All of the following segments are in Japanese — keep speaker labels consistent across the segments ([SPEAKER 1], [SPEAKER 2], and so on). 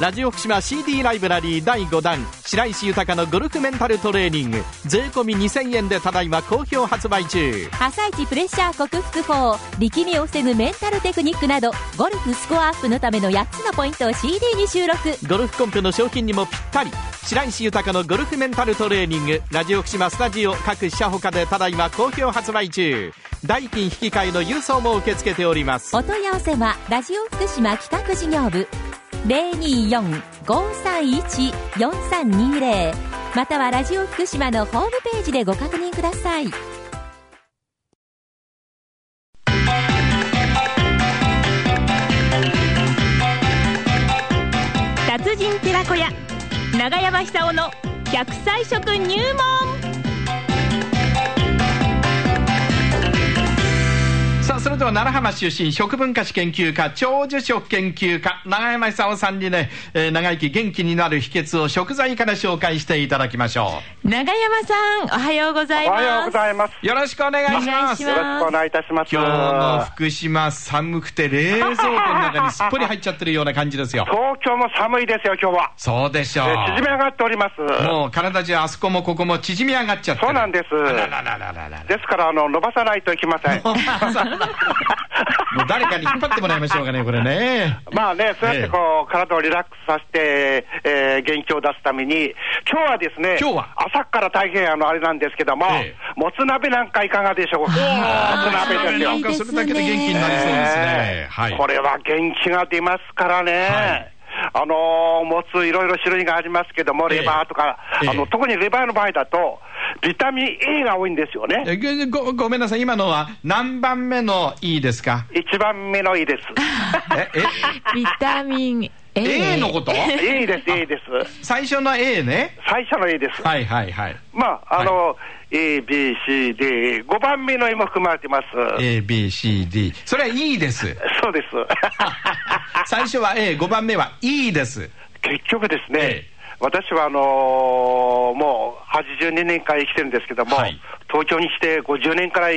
[SPEAKER 1] ラジオ福島 CD ライブラリー第5弾白石豊のゴルフメンタルトレーニング税込み2000円でただいま好評発売中
[SPEAKER 2] 朝一プレッシャー克服法力みを防ぐメンタルテクニックなどゴルフスコアアップのための8つのポイントを CD に収録
[SPEAKER 1] ゴルフコンペの賞金にもぴったり白石豊のゴルフメンタルトレーニングラジオ福島スタジオ各社ほかでただいま好評発売中代金引き換えの郵送も受け付けております
[SPEAKER 2] お問い合わせはラジオ福島企画事業部024-531-4320またはラジオ福島のホームページでご確認ください
[SPEAKER 3] 達人寺子屋長山久夫の百歳食入門
[SPEAKER 1] さあそれでは奈良浜出身食文化史研究家長寿食研究家永山久夫さんにね、えー長生き元気になる秘訣を食材から紹介していただきましょ
[SPEAKER 3] 長山さんおはようござい
[SPEAKER 4] お
[SPEAKER 3] ます
[SPEAKER 4] はようございます。
[SPEAKER 1] うよろしくお願いします
[SPEAKER 3] お願いし
[SPEAKER 4] よ
[SPEAKER 3] ます
[SPEAKER 4] ろしくお願いいたします。
[SPEAKER 1] 今日の福島寒くて冷蔵庫の中にすっぽり入っちゃってるような感じですよ
[SPEAKER 4] 東京も寒いですよ、今日は。
[SPEAKER 1] そうでしょう
[SPEAKER 4] えー縮み上がっております。
[SPEAKER 1] もう体中あそこもここも縮み上がっちゃってる
[SPEAKER 4] そうなんです。
[SPEAKER 1] あらららららら
[SPEAKER 4] ですから、あの、伸ばさないといけません。
[SPEAKER 1] もう誰かに引っ張ってもらいましょうかねこれね
[SPEAKER 4] まあね、そうやってこう、体をリラックスさせて、えー元気を出すために、今日はですね、
[SPEAKER 1] 今日は
[SPEAKER 4] 朝から大変あの、あれなんですけども、
[SPEAKER 1] ええ
[SPEAKER 4] もつ鍋なんかいかがでしょうか。もつ
[SPEAKER 3] あー
[SPEAKER 4] 鍋ですよ
[SPEAKER 1] な。んかそれだけで元気になりそうですね
[SPEAKER 4] え。ー
[SPEAKER 1] はい。
[SPEAKER 4] これは元気が出ますからね。
[SPEAKER 1] はい
[SPEAKER 4] あのーもついろいろ種類がありますけども、
[SPEAKER 1] ええ
[SPEAKER 4] レバーとか、
[SPEAKER 1] ええ
[SPEAKER 4] あの特にレバーの場合だと、ビタミン A が多いんですよね。
[SPEAKER 1] えーごごごめんなさい、今のは何番目のいいですか
[SPEAKER 4] 一番目の E です。
[SPEAKER 1] え
[SPEAKER 3] ビタミン
[SPEAKER 1] え
[SPEAKER 3] A,
[SPEAKER 1] ?A のこと
[SPEAKER 4] A です、A です。
[SPEAKER 1] 最初の A ね。
[SPEAKER 4] 最初の A です。
[SPEAKER 1] はいはいはい。
[SPEAKER 4] まあ、あの、A、B、C、D、5番目の E も含まれてます。
[SPEAKER 1] A, B, C, D。それは E です。
[SPEAKER 4] そうです。
[SPEAKER 1] 最初は A、5番目は E です。
[SPEAKER 4] 結局ですね、
[SPEAKER 1] ええ
[SPEAKER 4] 私はあのーもう82年間生きてるんですけども、
[SPEAKER 1] はい
[SPEAKER 4] 東京に来て50年から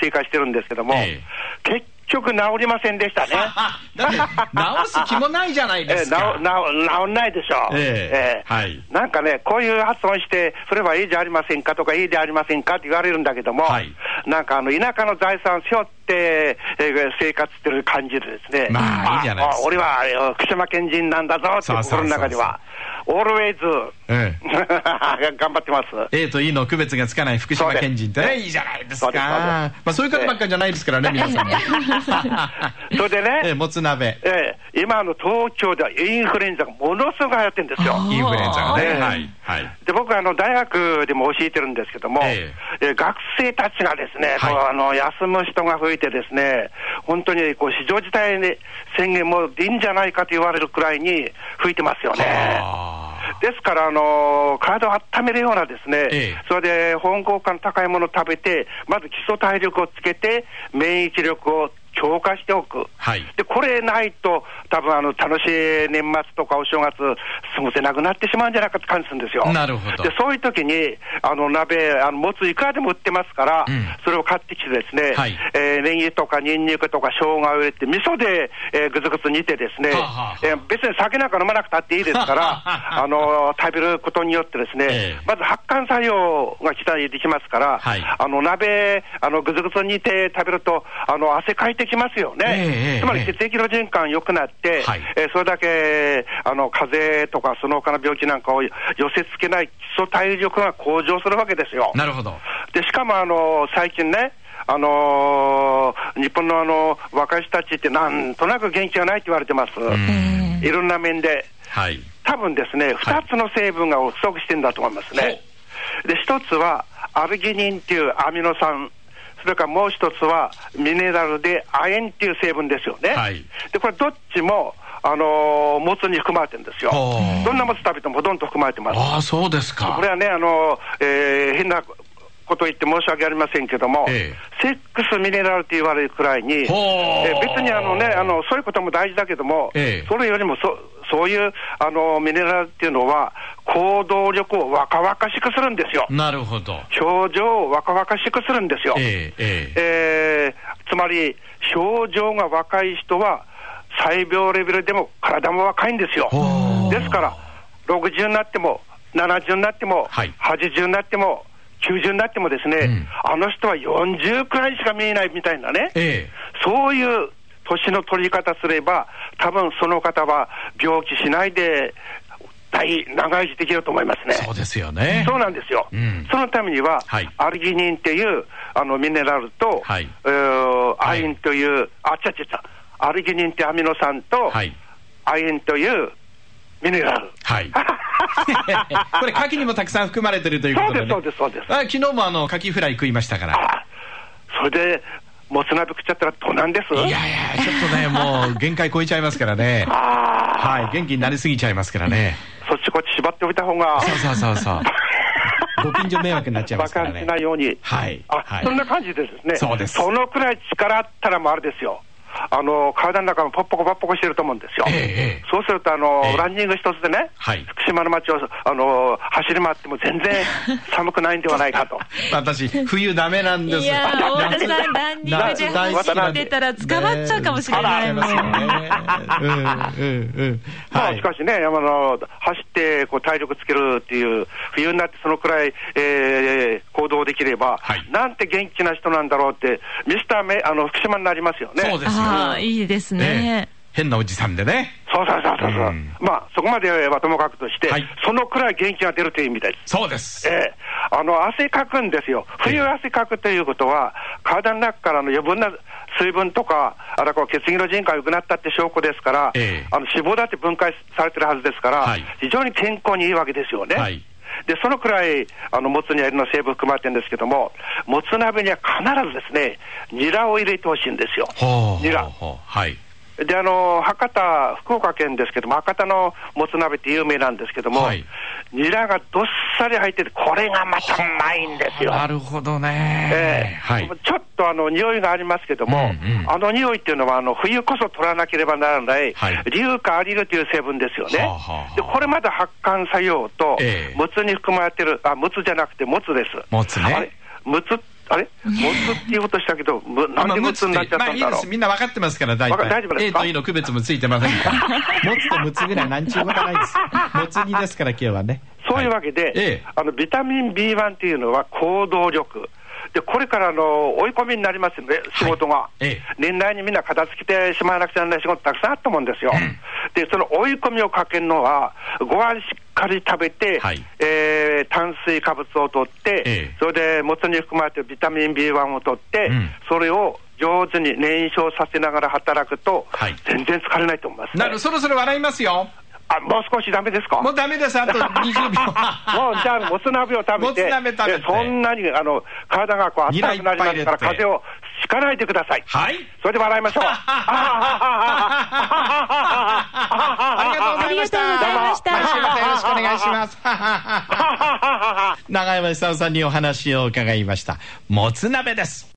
[SPEAKER 4] 生活してるんですけども、
[SPEAKER 1] え
[SPEAKER 4] 結局治りませんでしたね。
[SPEAKER 1] あだって直す気もないじゃない
[SPEAKER 4] え
[SPEAKER 1] で
[SPEAKER 4] え
[SPEAKER 1] す
[SPEAKER 4] な
[SPEAKER 1] か
[SPEAKER 4] お。なお治んないでしょう、
[SPEAKER 1] ええはい
[SPEAKER 4] なんかね、こういう発音して、それはいいじゃありませんかとか、いいじゃありませんかって言われるんだけども、
[SPEAKER 1] はい
[SPEAKER 4] なんかあの田舎の財産を背負って、えー生活してる感じでですね、
[SPEAKER 1] まあいいじゃないですか
[SPEAKER 4] あ俺はえー福島県人なんだぞって
[SPEAKER 1] そうそうそうそう
[SPEAKER 4] 心の中では、オールウェイズ、
[SPEAKER 1] え
[SPEAKER 4] 頑張ってます。
[SPEAKER 1] A と E の区別がつかない福島県人って
[SPEAKER 4] そう
[SPEAKER 1] ね
[SPEAKER 4] です
[SPEAKER 1] いいじゃないです
[SPEAKER 4] そ
[SPEAKER 1] か。
[SPEAKER 4] うですそうです
[SPEAKER 1] まあそういう方ばっかりじゃないですからね、皆さんね。
[SPEAKER 4] それでね
[SPEAKER 1] ええもつ鍋。
[SPEAKER 4] ええ今あの東京ではインフルエンザがものすごく流行ってるんですよ。
[SPEAKER 1] インフルエンザがね。
[SPEAKER 4] ええ
[SPEAKER 1] はい。はい。
[SPEAKER 4] で僕はあの大学でも教えてるんですけども、
[SPEAKER 1] え
[SPEAKER 4] えー学生たちがですね、
[SPEAKER 1] はい
[SPEAKER 4] こうあの休む人が増えて、ですね本当にこう非常事態宣言もいいんじゃないかと言われるくらいに吹いてますよね。ですから、あの体を温めるようなですね、
[SPEAKER 1] ええ
[SPEAKER 4] それで保温効果の高いものを食べて、まず基礎体力をつけて、免疫力を強化しておく。
[SPEAKER 1] はい
[SPEAKER 4] で、これないと、多分あの、楽しい年末とかお正月、過ごせなくなってしまうんじゃないかって感じするんですよ。
[SPEAKER 1] なるほど
[SPEAKER 4] で、そういう時に、あの、鍋、あの、もついくらでも売ってますから、
[SPEAKER 1] うん
[SPEAKER 4] それを買ってきてですね、
[SPEAKER 1] はい
[SPEAKER 4] えーネギとかニンニクとか生姜を入れて、味噌で、えーぐつぐつ煮てですね、
[SPEAKER 1] はあはあはあ、
[SPEAKER 4] えー別に酒なんか飲まなくたっていいですから あの、食べることによってですね、
[SPEAKER 1] ええ
[SPEAKER 4] まず発汗作用が期待できますから、
[SPEAKER 1] はい
[SPEAKER 4] あの、鍋、あの、ぐずぐず煮て食べると、あの、汗かいてきますよね。
[SPEAKER 1] ええ
[SPEAKER 4] つま
[SPEAKER 1] え
[SPEAKER 4] り
[SPEAKER 1] え
[SPEAKER 4] 血液の循環良くなって、
[SPEAKER 1] はい
[SPEAKER 4] えーそれだけ、あの、風邪とかその他の病気なんかを寄せつけない基礎体力が向上するわけですよ。
[SPEAKER 1] なるほど。
[SPEAKER 4] で、しかもあの、最近ね、あのー日本のあの、若い人たちってなんとなく元気がないって言われてます。
[SPEAKER 1] ん
[SPEAKER 4] いろんな面で。
[SPEAKER 1] はい。
[SPEAKER 4] 多分ですね、
[SPEAKER 1] はい
[SPEAKER 4] 2つの成分が不足してるんだと思いますね。で、1つはアルギニンっていうアミノ酸。それからもう一つは、ミネラルで亜鉛っていう成分ですよね。
[SPEAKER 1] はい
[SPEAKER 4] で、これどっちも、あのーもつに含まれてるんですよ
[SPEAKER 1] ほう。
[SPEAKER 4] どんなもつ食べてもほとんど含まれてます。
[SPEAKER 1] ああ、そうですか。
[SPEAKER 4] これはね、あの、えー変なこと言って申し訳ありませんけども、
[SPEAKER 1] ええ
[SPEAKER 4] セックスミネラルって言われるくらいに、え
[SPEAKER 1] ほう
[SPEAKER 4] ー別にあのねあの、そういうことも大事だけども、
[SPEAKER 1] ええ
[SPEAKER 4] それよりもそそういうあのミネラルっていうのは、行動力を若々しくするんですよ。
[SPEAKER 1] なるほど。
[SPEAKER 4] 表情を若々しくするんですよ。
[SPEAKER 1] ええええ
[SPEAKER 4] えーつまり、表情が若い人は、細胞レベルでも体も若いんですよ。
[SPEAKER 1] ほうあ
[SPEAKER 4] ですから、60になっても、70になっても、
[SPEAKER 1] はい
[SPEAKER 4] 80になっても、90になってもですね、
[SPEAKER 1] うん
[SPEAKER 4] あの人は40くらいしか見えないみたいなね、
[SPEAKER 1] え
[SPEAKER 4] そういう年の取り方すれば、多分その方は病気しないで、大長生きできると思いますね。
[SPEAKER 1] え、そうですよね。
[SPEAKER 4] そうなんですよ、
[SPEAKER 1] うん
[SPEAKER 4] そのためには、
[SPEAKER 1] はい
[SPEAKER 4] アルギニンっていうあのミネラルと、
[SPEAKER 1] はい
[SPEAKER 4] えー
[SPEAKER 1] は
[SPEAKER 4] ア
[SPEAKER 1] い
[SPEAKER 4] インという、あちゃちゃちゃ、アルギニンってアミノ酸と、
[SPEAKER 1] はい。
[SPEAKER 4] アインというミネラル、
[SPEAKER 1] はい。 これ、牡蠣にもたくさん含まれてるということで、ね。
[SPEAKER 4] そうですそうですそうです
[SPEAKER 1] あ昨日もあの、牡蠣フライ食いましたから。
[SPEAKER 4] あそれで、もつ鍋食っちゃったらどうなんです
[SPEAKER 1] いやいや、ちょっとね、もう、限界超えちゃいますからね。 はい。元気になりすぎちゃいますからね。
[SPEAKER 4] そっちこっち縛っておいた方が、
[SPEAKER 1] そうそうそう そう。ご近所迷惑になっちゃいま
[SPEAKER 4] 爆
[SPEAKER 1] すから
[SPEAKER 4] 発
[SPEAKER 1] ね。
[SPEAKER 4] しないように、
[SPEAKER 1] はい
[SPEAKER 4] あ
[SPEAKER 1] はい
[SPEAKER 4] そんな感じでですね、
[SPEAKER 1] そうです
[SPEAKER 4] のくらい力あったらもうあれですよ。あの体の中もポッポコポッポコしてると思うんですよ、
[SPEAKER 1] ええええ
[SPEAKER 4] そうするとあの、
[SPEAKER 1] ええ
[SPEAKER 4] ランニング一つでね、
[SPEAKER 1] はい
[SPEAKER 4] 福島の街をあの走り回っても 全然寒くないんではないかと、
[SPEAKER 1] 私、冬ダメなんです。
[SPEAKER 2] いやー、大田さん、ランニングで走ってたら捕まっちゃうかもしれないもん。
[SPEAKER 1] ね。うんうんうん。
[SPEAKER 4] ま
[SPEAKER 1] は
[SPEAKER 4] あ、
[SPEAKER 1] い
[SPEAKER 4] し。かしね、あの走ってこう体力つけるっていう、冬になってそのくらい、えー行動できれば、
[SPEAKER 1] はい
[SPEAKER 4] なんて元気な人なんだろうって、ミスターめあの福島になりますよね。
[SPEAKER 1] そうですよ。
[SPEAKER 2] ああ、いいです
[SPEAKER 1] ええ
[SPEAKER 2] ね。
[SPEAKER 1] 変なおじさんでね。
[SPEAKER 4] そうそうそうそうそう、
[SPEAKER 1] うん
[SPEAKER 4] まあそこまではともかくとして、
[SPEAKER 1] はい
[SPEAKER 4] そのくらい元気が出るという意味です。
[SPEAKER 1] そうです。
[SPEAKER 4] ええあの汗かくんですよ、冬汗かくということは、体の中からの余分な水分とか、あらこう血液の人が良くなったって証拠ですから、
[SPEAKER 1] ええ
[SPEAKER 4] あの脂肪だって分解されてるはずですから、
[SPEAKER 1] はい
[SPEAKER 4] 非常に健康にいいわけですよね。
[SPEAKER 1] はい
[SPEAKER 4] でそのくらい、あのもつにはりの成分含まれてるんですけども、もつ鍋には必ずですね、ニラを入れてほしいんですよ。
[SPEAKER 1] ほうほ
[SPEAKER 4] ニ
[SPEAKER 1] う
[SPEAKER 4] ラ
[SPEAKER 1] ほう。はい。
[SPEAKER 4] であの博多、福岡県ですけども、博多のもつ鍋って有名なんですけども、
[SPEAKER 1] はい
[SPEAKER 4] ニラがどっさり入ってて、これがまたうまいんですよ。
[SPEAKER 1] なるほど
[SPEAKER 4] ええ
[SPEAKER 1] ね。はい。
[SPEAKER 4] ちょっとあの匂いがありますけども、
[SPEAKER 1] うんうん
[SPEAKER 4] あの匂いっていうのはあの、冬こそ取らなければならない、
[SPEAKER 1] はい
[SPEAKER 4] 硫化アリルという成分ですよね、
[SPEAKER 1] はあはあはあ
[SPEAKER 4] でこれまた発汗作用と、
[SPEAKER 1] ええ
[SPEAKER 4] もつに含まれてる、あもつじゃなくて、もつです。
[SPEAKER 1] もつね
[SPEAKER 4] あれもつあれもつっていうことしたけど、むなんでもつになっちゃったんだ
[SPEAKER 1] まあいいで
[SPEAKER 4] ろう
[SPEAKER 1] す。。みんな分かってますから、大
[SPEAKER 4] わか
[SPEAKER 1] 体
[SPEAKER 4] 大丈夫。です
[SPEAKER 1] A
[SPEAKER 4] か
[SPEAKER 1] と E の区別もついてませんから。 もつとむつぐらいなんちゅうことないです。もつ煮ですから、今日はね。
[SPEAKER 4] そういう
[SPEAKER 1] は
[SPEAKER 4] わけで、
[SPEAKER 1] ええ
[SPEAKER 4] あのビタミン B1 っていうのは行動力。でこれからあの追い込みになりますんで、仕事が、
[SPEAKER 1] ええ
[SPEAKER 4] 年内にみんな片付けてしまわなくちゃならない仕事、たくさんあったもんですよ、でその追い込みをかけるのは、ご飯しっかり食べて、
[SPEAKER 1] はい
[SPEAKER 4] えー炭水化物を取って、
[SPEAKER 1] ええ
[SPEAKER 4] それでもつに含まれているビタミン B1 を取って、
[SPEAKER 1] うん
[SPEAKER 4] それを上手に燃焼させながら働くと、
[SPEAKER 1] はい
[SPEAKER 4] 全然疲れないと思います、
[SPEAKER 1] い。なる、そろそろ笑いますよ。
[SPEAKER 4] あもう少しダメですか
[SPEAKER 1] もうダメです、あと20秒。
[SPEAKER 4] もうじゃあ、もつ鍋を食べて、
[SPEAKER 1] もつ鍋食べて
[SPEAKER 4] えそんなにあの体がこう
[SPEAKER 1] ニラ
[SPEAKER 4] 熱
[SPEAKER 1] いっ
[SPEAKER 4] く
[SPEAKER 1] ぱ
[SPEAKER 4] ないり
[SPEAKER 1] 入れて
[SPEAKER 4] ますから、風邪をひかないでください。
[SPEAKER 1] はい。
[SPEAKER 4] それで笑いましょう。
[SPEAKER 1] ありがとうございました。
[SPEAKER 2] ありがとうございました
[SPEAKER 1] どうも来週またよろしくお願い します。長山久夫さんにお話を伺いました。もつ鍋です。